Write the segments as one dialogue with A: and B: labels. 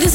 A: this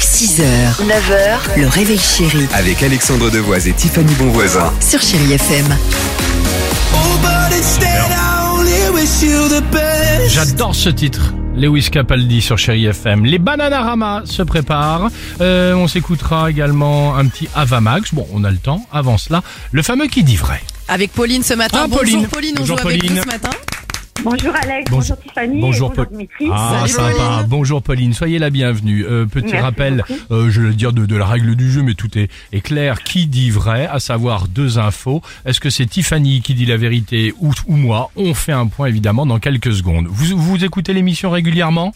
B: 6h, 9h, le réveil chéri
C: avec Alexandre Devoise et Tiffany Bonvoisin.
B: sur Chérie FM.
D: J'adore ce titre. Lewis Capaldi sur Chéri FM. Les Bananarama se préparent. Euh, on s'écoutera également un petit Avamax. Bon, on a le temps. Avant cela, le fameux qui dit vrai.
B: Avec Pauline ce matin.
D: Ah,
B: Bonjour
D: Pauline.
B: Pauline, on
D: Bonjour,
B: joue avec
D: Pauline.
B: vous ce matin.
E: Bonjour Alex,
D: Bonjour-
E: bonjour, Tiffany,
D: bonjour
E: bonjour,
D: Paul-
E: bonjour Dimitri.
D: Ah,
B: Salut,
D: sympa.
B: Pauline.
D: Bonjour Pauline. Soyez la bienvenue. Euh, petit
E: Merci
D: rappel, euh, je vais dire de, de la règle du jeu, mais tout est, est clair. Qui dit vrai, à savoir deux infos. Est-ce que c'est Tiffany qui dit la vérité ou, ou moi On fait un point évidemment dans quelques secondes. Vous, vous écoutez l'émission régulièrement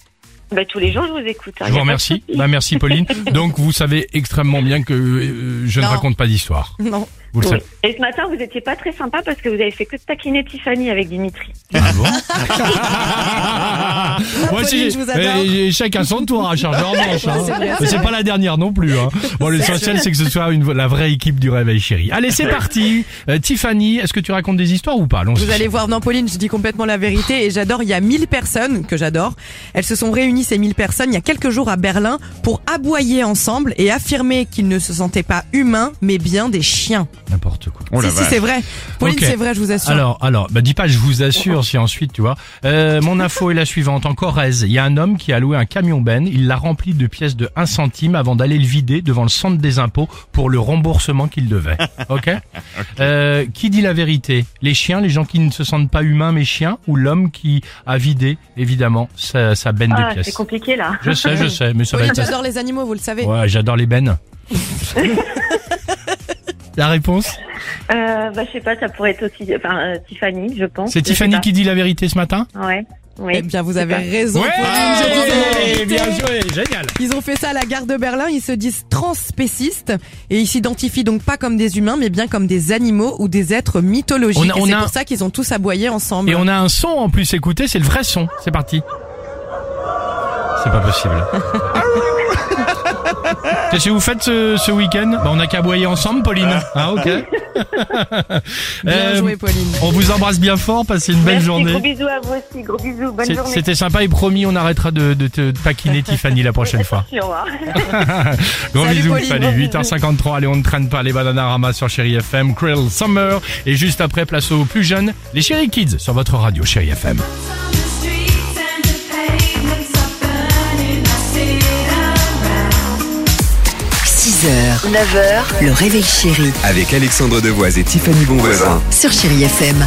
E: Bah, tous les jours, je vous écoute.
D: Je
E: hein, y a
D: vous
E: pas
D: remercie.
E: de souci.
D: Bah, merci Pauline. Donc vous savez extrêmement bien que euh, je ne
B: Non.
D: raconte pas d'histoire.
B: Non.
D: Vous le
E: Oui.
D: savez.
E: Et ce matin, vous n'étiez pas très sympa parce que vous avez fait que taquiner Tiffany avec Dimitri.
D: Ah bon Moi
B: Pauline,
D: aussi,
B: je vous adore.
D: eh, chacun son tour à charge en manche. hein.
B: C'est bien,
D: Mais
B: c'est
D: c'est
B: vrai.
D: pas la dernière non plus. Hein. Bon, l'essentiel, c'est que ce soit une, la vraie équipe du Réveil Chéri. Allez, c'est parti. Euh, Tiffany, est-ce que tu racontes des histoires ou pas Allons-y.
F: Vous allez voir, non, Pauline, je dis complètement la vérité et j'adore. Il y a 1000 personnes que j'adore. Elles se sont réunies, ces 1000 personnes, il y a quelques jours à Berlin pour aboyer ensemble et affirmer qu'ils ne se sentaient pas humains, mais bien des chiens.
D: N'importe quoi.
F: si, si, c'est vrai. Pauline,
D: Oh Ok.
F: c'est vrai, je vous assure.
D: Alors, alors, bah dis pas, je vous assure, si ensuite, tu vois. Euh, mon info est la suivante. En Corrèze, il y a un homme qui a loué un camion ben, il l'a rempli de pièces de 1 centime avant d'aller le vider devant le centre des impôts pour le remboursement qu'il devait. Ok Euh, Qui dit la vérité Les chiens, les gens qui ne se sentent pas humains mais chiens, ou l'homme qui a vidé, évidemment, sa, sa benne
E: Ah,
D: de
E: c'est
D: pièces
E: compliqué là.
D: Je sais, je sais, mais ça va
F: Pauline,
D: être...
F: j'adore les animaux, vous le savez.
D: bah, Ouais, j'adore les bennes. la réponse
E: Euh, bah, je sais pas, ça pourrait être aussi enfin, euh, Tiffany, je pense.
D: C'est
E: Je sais
D: Tiffany
E: pas.
D: qui dit la vérité ce matin
E: Ouais.
F: Eh
E: Oui.
F: bien, vous avez
E: pas-
F: raison. Pauline, je vous ai dit.
D: joué, génial.
F: Ils ont fait ça à la gare de Berlin, ils se disent transspécistes et ils s'identifient donc pas comme des humains mais bien comme des animaux ou des êtres mythologiques.
D: On a-
F: Et
D: on
F: c'est
D: a-
F: pour ça qu'ils ont tous aboyé ensemble.
D: Et on a un son en plus écouté, c'est le vrai son. C'est parti. C'est pas possible. Qu'est-ce que vous faites ce, ce week-end bah, On a qu'à aboyer ensemble, Pauline. Ah, ok.
F: Bien
D: Euh,
F: joué Pauline.
D: On vous embrasse bien fort, passez une belle
E: Merci, Gros
D: journée.
E: bisous à vous aussi, gros bisous, bonne
D: C'est-
E: journée.
D: C'était sympa et promis, on arrêtera de, de te taquiner Tiffany la prochaine fois.
E: Au revoir.
D: Gros
F: Salut,
D: bisous,
F: Pauline.
D: Tiffany. 8h53, allez, on ne traîne pas les Bananarama sur Chéri FM, Krill Summer. Et juste après, place aux plus jeunes, les Chéri Kids sur votre radio Chéri FM.
G: Around.
B: 6h, 9h, le réveil chéri
C: Avec Alexandre Devoise et Tiffany Bonvoisin.
B: sur Chérie FM.